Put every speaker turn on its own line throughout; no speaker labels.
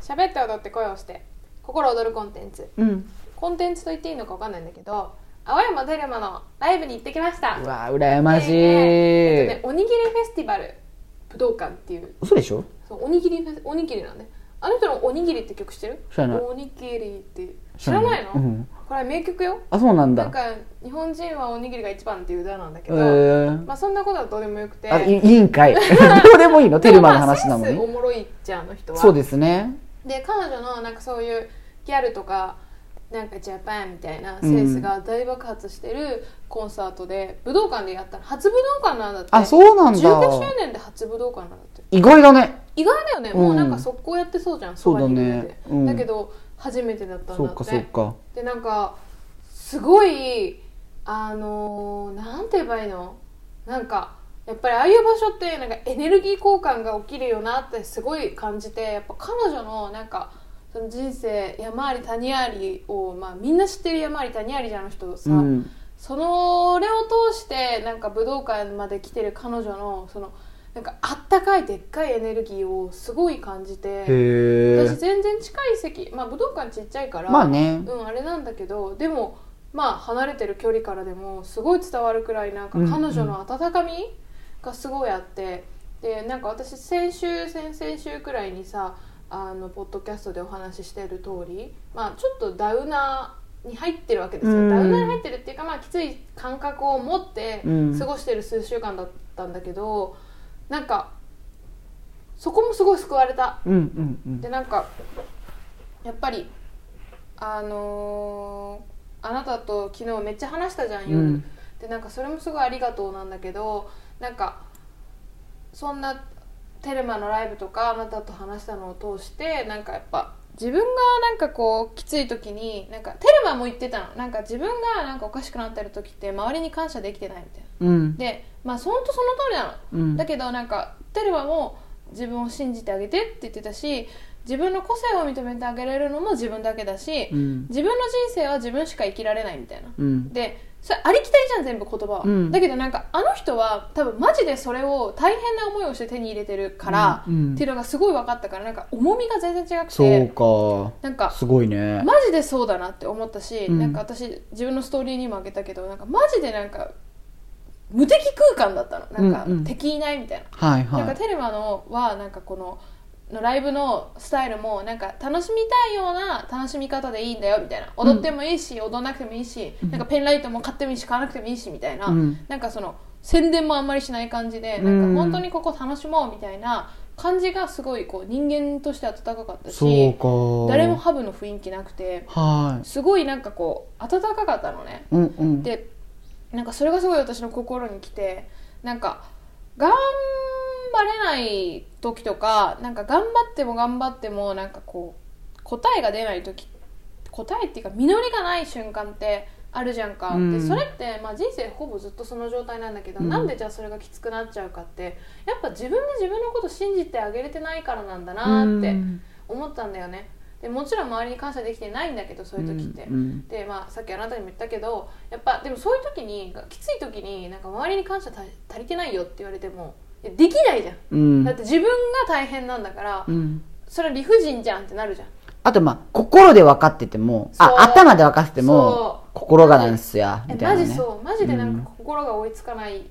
喋って踊って声をして心躍るコンテンツ
うん
コンテンツと言っていいのか分かんないんだけど青山テルマのライブに行ってきました
うわ羨ましい、
えっとねおにぎりフェスティバル武道館っていう
嘘でしょ
そうおにぎりフェスおにぎりなんであの人の「おにぎり」って曲知ってる
知らない
おにぎりって知らないの、
うん、
これは名曲よ
あそうなんだ
なんか「日本人はおにぎりが一番」っていう歌なんだけ
え
ど、
ー
まあそんなことはどうでもよくて
あいいいん かいどうでもいいのテルマの話なの
でもまあセンスお
に
もろいじゃんあの人は
そうですね
で彼女のなんかそういうギャルとかなんかジャパンみたいなセンスが大爆発してるコンサートで、武道館でやったの初武道館なんだって
あそうなんだ
15周年で初武道館なんだって
意外だね
意外だよね、
うん
もうなんか速攻やってそうじゃん
そうだ
そ
ね
ばにいる上で
うん
だけど初めてだったんだ
そ
っ
う
て
かそうか
でなんかすごいあのーなんて言えばいいのなんかやっぱりああいう場所ってなんかエネルギー交換が起きるよなってすごい感じてやっぱ彼女のなんかその人生山あり谷ありを、まあ、みんな知ってる山あり谷ありじゃんあの人さ、
うん
そのれを通してなんか武道館まで来てる彼女のそのなんかあったかいでっかいエネルギーをすごい感じて
へえ
私全然近い席、まあ、武道館ちっちゃいから、
まあね
うん、あれなんだけどでもまあ離れてる距離からでもすごい伝わるくらいなんか
うんうん
彼女の温かみがすごいあって、でなんか私先週先々週くらいにさあのポッドキャストでお話ししてる通り、まあ、ちょっとダウナーに入ってるわけですよ、
うん
ダウナーに入ってるっていうか、まあ、きつい感覚を持って
うん
過ごしてる数週間だったんだけど、なんかそこもすごい救われた。
うんうんうん
でなんかやっぱりあのーあなたと昨日めっちゃ話したじゃん夜、
うん
でなんかそれもすごいありがとうなんだけどなんかそんなテレマのライブとかあなたと話したのを通してなんかやっぱ自分がなんかこうきつい時になんかテレマも言ってたのなんか自分がなんかおかしくなってる時って周りに感謝できてないみたいな
うん
でまあほんとその通りなの
うん
だけどなんかテルマも自分を信じてあげてって言ってたし自分の個性を認めてあげれるのも自分だけだし、
うん
自分の人生は自分しか生きられないみたいな
うん
でそれありきたりじゃん全部言葉は、
うん
だけどなんかあの人は多分マジでそれを大変な思いをして手に入れてるから、
うんうん
っていうのがすごい分かったからなんか重みが全然違くて
そう
なん
か
か
すごいね
マジでそうだなって思ったし、
うん
なんか私自分のストーリーにもあげたけどなんかマジでなんか無敵空間だったのなんか、
うんうん
敵いないみたいな
はい
なん
は
か
い
テレマのはなんかこののライブのスタイルもなんか楽しみたいような楽しみ方でいいんだよみたいな踊ってもいいし、踊らなくてもいいし、
うん
なんかペンライトも買ってもいいし買わなくてもいいしみたいな、
うん
なんかその宣伝もあんまりしない感じでな
うんん
か本当にここ楽しもうみたいな感じがすごいこう人間として温かかった
そう
し
か
誰もハブの雰囲気なくて
は
すごいなんかこう温かかったのね
いうんうん
でなんかそれがすごい私の心に来てなんか頑張れない時とかなんか頑張っても頑張ってもなんかこう答えが出ない時答えっていうか実りがない瞬間ってあるじゃんか、
うん
でそれって、まあ、人生ほぼずっとその状態なんだけど、
うん
なんでじゃあそれがきつくなっちゃうかってやっぱ自分で自分のこと信じてあげれてないからなんだなって
うん
思ったんだよねでもちろん周りに感謝できてないんだけどそういう時って、
うん
でまあ、さっきあなたにも言ったけどやっぱでもそういう時にきつい時になんか周りに感謝た足りてないよって言われてもいやできないじゃん、
うん
だって自分が大変なんだから、
うん
それは理不尽じゃんってなるじゃん
あとまあ心で分かってても
そう
あ頭で分かってても
そう
心がなんすや
え
みた
マ
いな
ジ
ね
そうマジでなんか心が追いつかない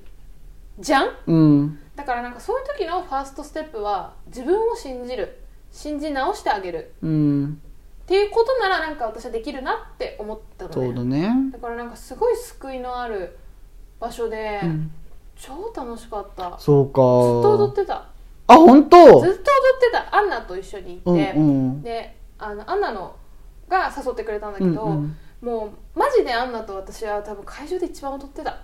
じゃん
うん
だからなんかそういう時のファーストステップは自分を信じる信じ直してあげる
うん
っていうことならなんか私はできるなって思ったのね
そうだね
だからなんかすごい救いのある場所で、
うん
超楽しかったずっ
そうか
と踊ってた
あ本
ずっと
当
踊ってたアンナと一緒にいて、
うんうん
であのアンナのが誘ってくれたんだけ
うん
ど、
うん
もうマジでアンナと私は多分会場で一番踊ってた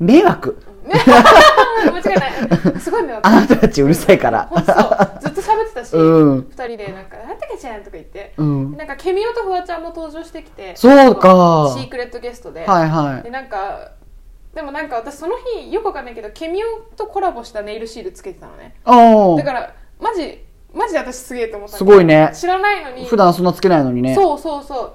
迷惑
間違いないすごい迷惑
あなたたちうるさいから
ほんとそうずっと喋ってたし、二
うん
人でなんか「なんてけちゃん」とか言って、
うん
なんかケミオとフワちゃんも登場してきて
そうか
シークレットゲストで、
はいは
で
い
なんかでもなんか私その日よくわかんないけどケミオとコラボしたネイルシールつけてたのね
お
だか
ー
らマジマジで私すげえと思った
すごいね
知らないのに
普段そんなつけないのにね
そうそうそ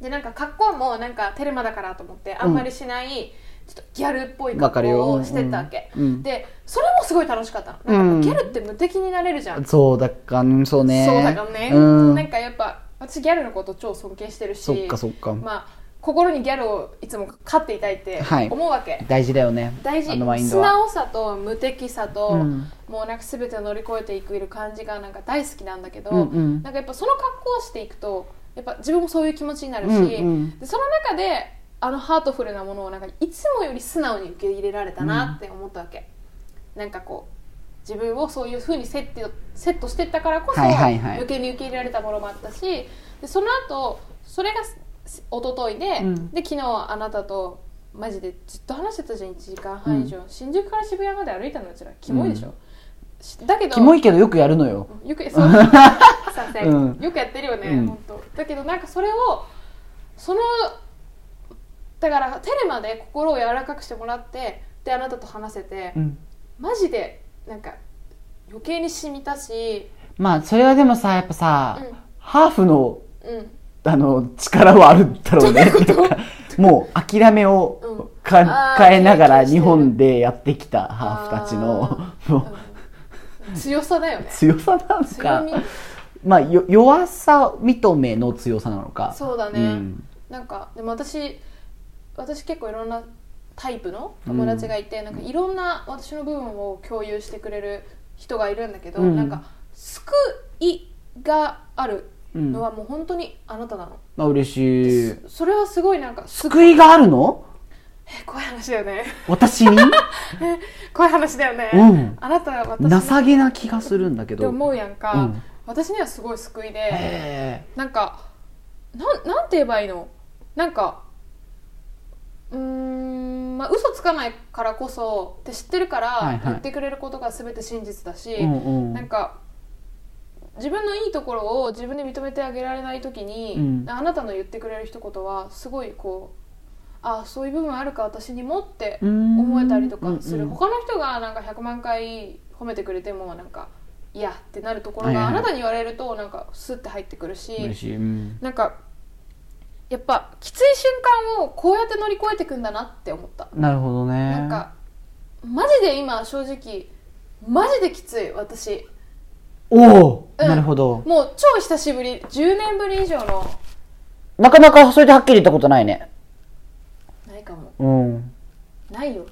うでなんか格好もなんかテルマだからと思ってあんまりしない、ちょっとギャルっぽい
わか
格
るよ
好
うん
をしてったわけ、
うん
でそれもすごい楽しかったのなんか
うん
ギャルって無敵になれるじゃん、
そうだかんそうね
そうだからね、
うん
なんかやっぱ私ギャルのこと超尊敬してるし
そっかそっか
まあ心にギャルをいつも飼っていたいって
はい
思うわけ、
大事だよね
大事
あのマインド
素
は
直さと無敵さと、
うん
もうなんか全てを乗り越えていく感じがなんか大好きなんだけど、
うんうん
なんかやっぱその格好をしていくとやっぱ自分もそういう気持ちになるし、
うんうん
でその中であのハートフルなものをなんかいつもより素直に受け入れられたなって思ったわけ、なんかこう自分をそういうふうにセットセットしてったからこそ、
はいはいはい
受けに受け入れられたものもあったしでその後それがす一昨日で、
うん
で昨日あなたとマジでずっと話してたじゃん1時間半以上、新宿から渋谷まで歩いたのうちらキモいでしょ、しだけど
キモいけどよくやるのよ
よくそう 賛成
うん
よくやってるよね、
うん
本当だけどなんかそれをそのだからテレマで心を柔らかくしてもらってであなたと話せて、
うん
マジでなんか余計に染みたし
まあそれはでもさやっぱさ、
うん
ハーフの
うん
あの力はあるんだろうねっていうかもう諦めをか、
うんあー
変えながら
経験して
日
る
本でやってきたハーフたちの
あ
もう
強さだよね
強さなの
強
か
み、
まあ、よ弱さ認めの強さなのか
そうだね
ん
なんかでも私私結構いろんなタイプの友達がいて、なんかいろんな私の部分を共有してくれる人がいるんだけど、
うん
なんか救いがある
うん
のはもう本当にあなたなの、
まあ、嬉しい
それはすごいなんかす
救いがあるの
え怖い話だよね
私に
怖い話だよね、
うん
あなたは 私
情けな気がするんだけ
って
ど
思うやんか、
うん
私にはすごい救いで、
え
なんかなんなんて言えばいいのなんかうーんまあ嘘つかないからこそって知ってるか
はい
ら
はい
言ってくれることが全て真実だし、
えうんう
なん
ん
か自分のいいところを自分で認めてあげられない時に、
うん
あなたの言ってくれる一言はすごいこうあそういう部分あるか私にもって思えたりとかする、
うんうん
他の人がなんか100万回褒めてくれてもなんか「いや」ってなるところが、
はいはい
あなたに言われるとなんかスッて入ってくるし
嬉しい、うん
なんかやっぱきつい瞬間をこうやって乗り越えていくんだなって思った、
なるほどね
なんかマジで今正直マジできつい私
おお、
うん
なるほど
もう超久しぶり10年ぶり以上の
なかなかそれではっきり言ったことないね
ないかも
うん
ないよ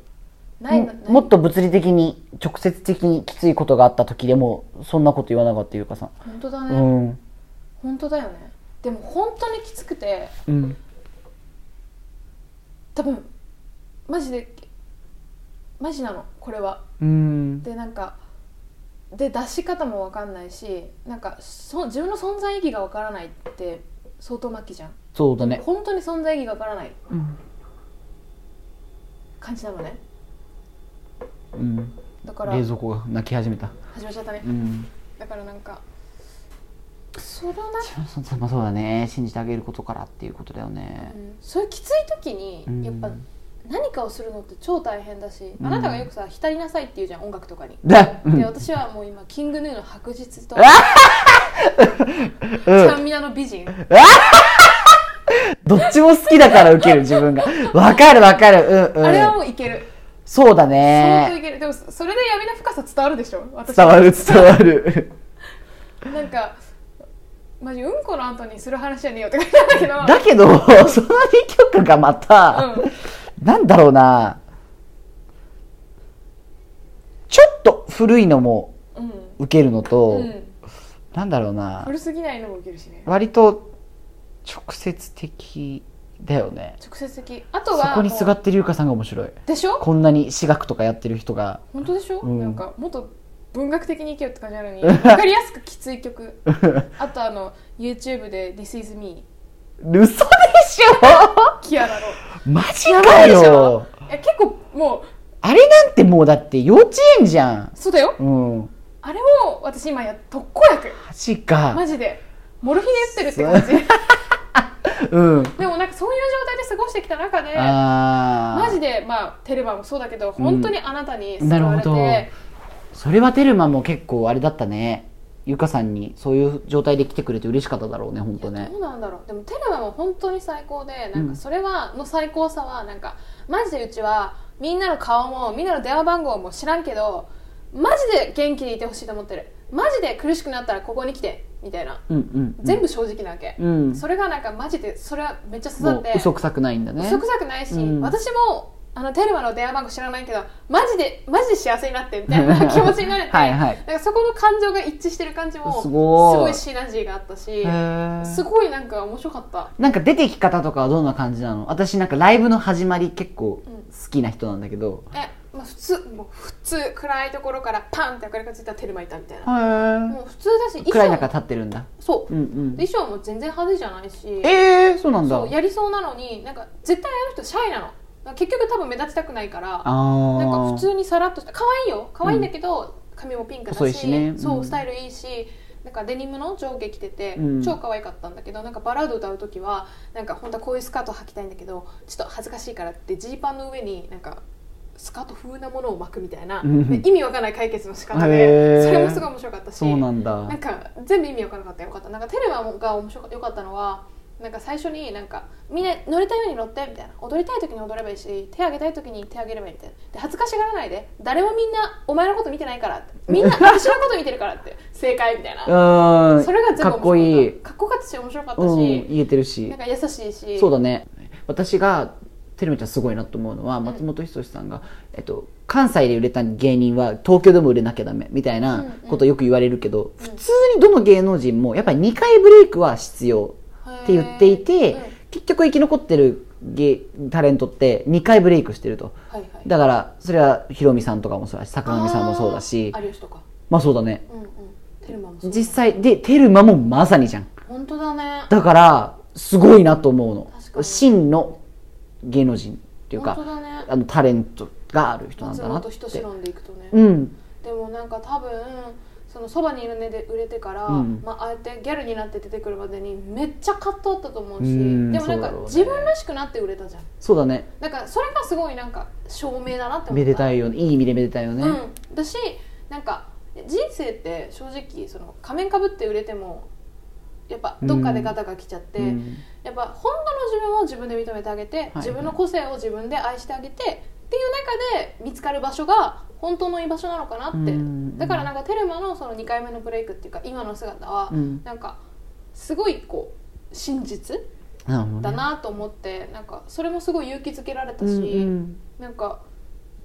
ないの
も
ない
もっと物理的に直接的にきついことがあった時でもそんなこと言わなかったというかさ、
本当だ
う
ね、
ん
本当だよねでも本当にきつくて
うん
多分マジでマジなのこれは
うん
でなんかで出し方も分かんないしなんかそ自分の存在意義が分からないって相当末期じゃん
そうだね、
本当に存在意義が分からない
うん
感じなのね
うん、
だから
冷
始
蔵庫が泣き始めた
まっちゃったね
うん
だからなんかそのな、
そそまあそうだね信じてあげることからっていうことだよね
うんそういうきつい時に
うん
やっぱ何かをするのって超大変だし、
うん
あなたがよくさ浸りなさいって言うじゃん音楽とかに
だうん
で私はもう今キングヌーの白日 と
う
ち
ん
ゃんみなの美人
どっちも好きだから受ける自分がわかるわかるうんうん
あれはもういける
そうだ
相当い
ね
けるでもそれで闇の深さ伝わるでしょ私
伝わる伝わる
なんかマジうんこの後にする話じゃねえよって感じなんだけど
だけどその2曲がまた、
うん
なんだろうなちょっと古いのも
うん
受けるのと、
うん
なんだろうな
古すぎないのもいけるしね
割と直接的だよね
直接的あと
そ
は
こに
もう
すがってるゆかさんが面白い
でしょ
こんなに私学とかやってる 人が
本当でしょ、
うん
なんかもっと文学的にいけよって感じなのに分かりやすくきつい曲あとあの YouTube で「This is me
嘘でしょ」
キアラの
マジ
やば
か
いでし
よ
ょいや結構もう
あれなんてもうだって幼稚園じゃん
そうだよ
うんマ
あれも私今や特効薬
ジか
マジでモルフィネ打ってるって感じ
うん
でもなんかそういう状態で過ごしてきた中で
あ
マジ
で
でまあテレマもそうだけど本当にあなたに救
なる
わ
ほ
れて、
どそれはテルマも結構あれだったねゆかさんにそういう状態で来てくれて嬉しかっただろうね本当ね
どうなんだろうでもテレマも本当に最高でなんかそれは、の最高さはなんかマジでうちはみんなの顔もみんなの電話番号も知らんけどマジで元気でいてほしいと思ってるマジで苦しくなったらここに来てみたいな
うんうんうん
全部正直なわけ、
うん
それがなんかマジでそれはめっちゃ刺さ
も
っ
う
て
嘘くさくないんだね
嘘くさくないし、
うん
私もあのテレマの電話番号知らないけどマジでマジで幸せになってみたいな気持ちになれて
はいはい
なんかそこの感情が一致してる感じも
すごい
すごいシナジーがあったし
へー
すごいなんか面白かった
なんか出てき方とかはどんな感じなの私なんかライブの始まり結構好きな人なんだけど、
え、まあ、普通もう普通暗いところからパンって明かりがついたらテルマいたみたいな、
へ
もう普通だし
え
衣
暗
装
い中
も
立ってるんだ
そう、
うんうん
で衣装も全然派手じゃないし
ええー、そうなんだ
そうやりそうなのになんか絶対あの人シャイなのなんか結局多分目立ちたくないから
あ
なんか普
に
通にさらっとした可愛いよ可愛いんだけど、髪もピンクだ
細
し
いしねうん
そうスタイルいいしなんかデニムの上下着てて、
うん
超可愛かったんだけどなんかバラード歌う時はなんか本当はこういうスカート履きたいんだけどちょっと恥ずかしいからってジーパンの上になんかスカート風なものを巻くみたいな、
うん
で意味わかんない解決の仕方
へ
で
ー
それもすごい面白かったし
そうなんだ
なんか全部意味わからなかったよかったなんかテレマが面白かよかったのはなんか最初になんかみんな乗りたいように乗ってみたいな踊りたい時に踊ればいいし手あげたい時に手あげればいいみたいなで恥ずかしがらないで誰もみんなお前のこと見てないから ってみんな私のこと見てるからって正解みたいな
うん
それが全部面白
かっこい
か
い
ったかっこよかったし面白かった
うん
し、
言えてるし
なんか優しいし
そうだね私がテルミちゃんすごいなと思うのは松本人志さんが、えっと、関西で売れた芸人は東京でも売れなきゃダメみたいなことよく言われるけど、普通にどの芸能人もやっぱり2回ブレイクは必要って言ってい
へ
て、
ーうん
結局生き残ってる芸タレントって2回ブレイクしてると。
はいはい
だからそれはヒロミさんとかもそうだし坂上さんもそうだし
あー有吉とか
まあそうだね
うんうんテルマもそう
実際でテルマもまさにじゃん
本当だね
だからすごいなと思う
確か
の
に
真の芸能人っていうか
本当だね
あのタレントがある人なん
松
だなっ
本人志
て
論でいくとね
うん
でもなんか多分そのそばにいるねで売れてから、
うん
まああえてギャルになって出てくるまでにめっちゃ葛藤あったと思うし
うん
でもなん
そうだ
か
ろうね
自分らしくなって売れたじゃん
そうだね
だからそれがすごいなんか証明だなって思った
めでたいよねいい意味でめでたいよね、
うん、だしなんか人生って正直その仮面かぶって売れてもやっぱどっかでガタが来ちゃって、
うん
やっぱ本当の自分を自分で認めてあげて、
い
自分の個性を自分で愛してあげてっていう中で見つかる場所が本当の居場所なのかなって
うん
だからなんかテルマのその2回目のブレイクっていうか今の姿は
うん
なんかすごいこう真実
なるほどね
だなと思ってなんかそれもすごい勇気づけられた
う
し、
んうん
なんか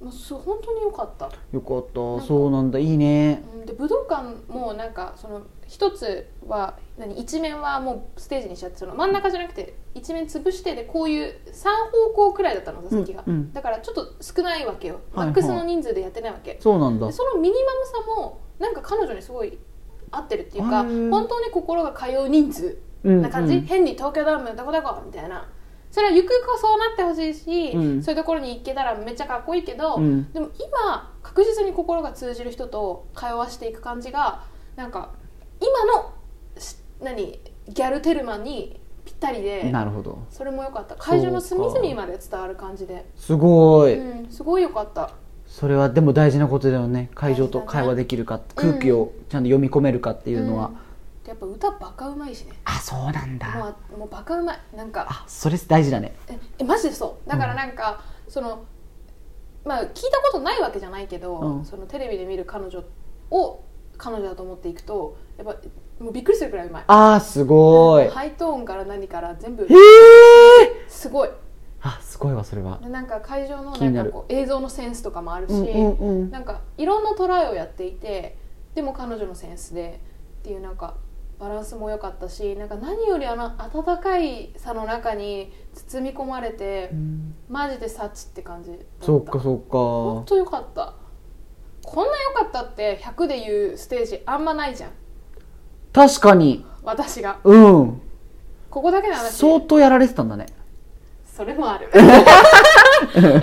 もうす本当に良かった。
よかった
んか
そうなんだいいね
うんで武道館もなんかその一つは何一面はもうステージにしちゃってその真ん中じゃなくて一面潰してでこういう3方向くらいだったの座席が、
うんうん
だからちょっと少ないわけよ、
はいはい
マックスの人数でやってないわけ、
そうなんだ
でそのミニマムさもなんか彼女にすごい合ってるっていうか
へー
本当に心が通う人数
うん
な感じ、変に東京ドームどこどこみたいなそれはゆくゆくはそうなってほしいし、
うん
そういうところに行けたらめっちゃかっこいいけど、
うん
でも今確実に心が通じる人と会話していく感じがなんか今のし何ギャルテルマにぴったり
うん
で
なるほど
それも良かった会場の
そう
隅
か
々まで伝わる感じで、
すご
う
い、
ん、すごい良かった
それはでも大事なことだよね会場と
大事だね
会話できるか、空気をちゃんと読み込めるかっていうのは、
うんでやっぱ歌バカうまいしね
あそうなんだ
もうもうバカうまいなんか
あそれ大事だね
ええマジでそうだからなんか、そのまあ聞いたことないわけじゃないけど、
うん
そのテレビで見る彼女を彼女だと思っていくとやっぱもうびっくりするくらいうまい
あーすごい
ハイトーンから何から全部
ええ
すごい
あすごいわそれは
でなんか会場の
気に
な
なんる
かこう映像のセンスとかもあるし、
うんうんうん
なんかいろんなトライをやっていてでも彼女のセンスでっていうなんかバランスも良かったしなんか何よりあの温かいさの中に包み込まれて、マジで幸って感じだった
そうかそう
本
か
当良かったこんな良かったって100で言うステージあんまないじゃん
確かに
私が
うん
ここだけの話
相当やられてたんだね
それもあるうん正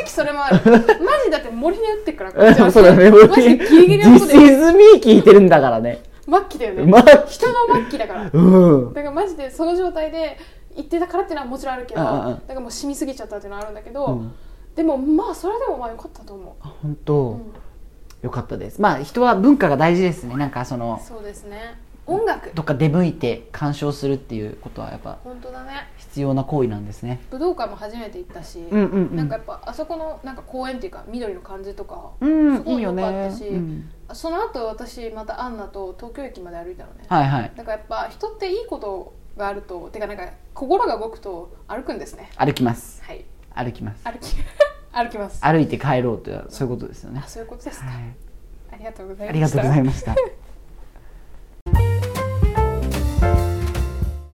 直それもあるマジだって森に打ってっからこっちは
そうだね
マジでギリギ リのこと
This
で
is me 聞いてるんだからね
末期だよね、
まあ
人が末期だからだ
うん
からマジでその状態で行ってたからっていうのはもちろんあるけど
あああ
だからもう染みすぎちゃったっていうのはあるんだけど、
うん
でもまあそれでもまあ良かったと思
あ本当、
う、うん
よかったですまあ人は文化が大事ですねなんかその
そうですね音楽
どっか出向いて鑑賞するっていうことはやっぱ
本当だね
必要な行為なんですね
武道館も初めて行ったし、
うんうんうん
なんかやっぱあそこのなんか公園っていうか緑の感じとか、
うん
すごい
いいよね
良かったし
うん
その後私またアンナと東京駅まで歩いたのね
はいはい
だからやっぱ人っていいことがあるとてかなんか心が動くと歩くんですね
歩きます
はい
歩きます
歩き 歩きますあ
歩いて帰ろうとそういうことですよね
そういうことですか、
はい
ありがとうございました
ありがとうございました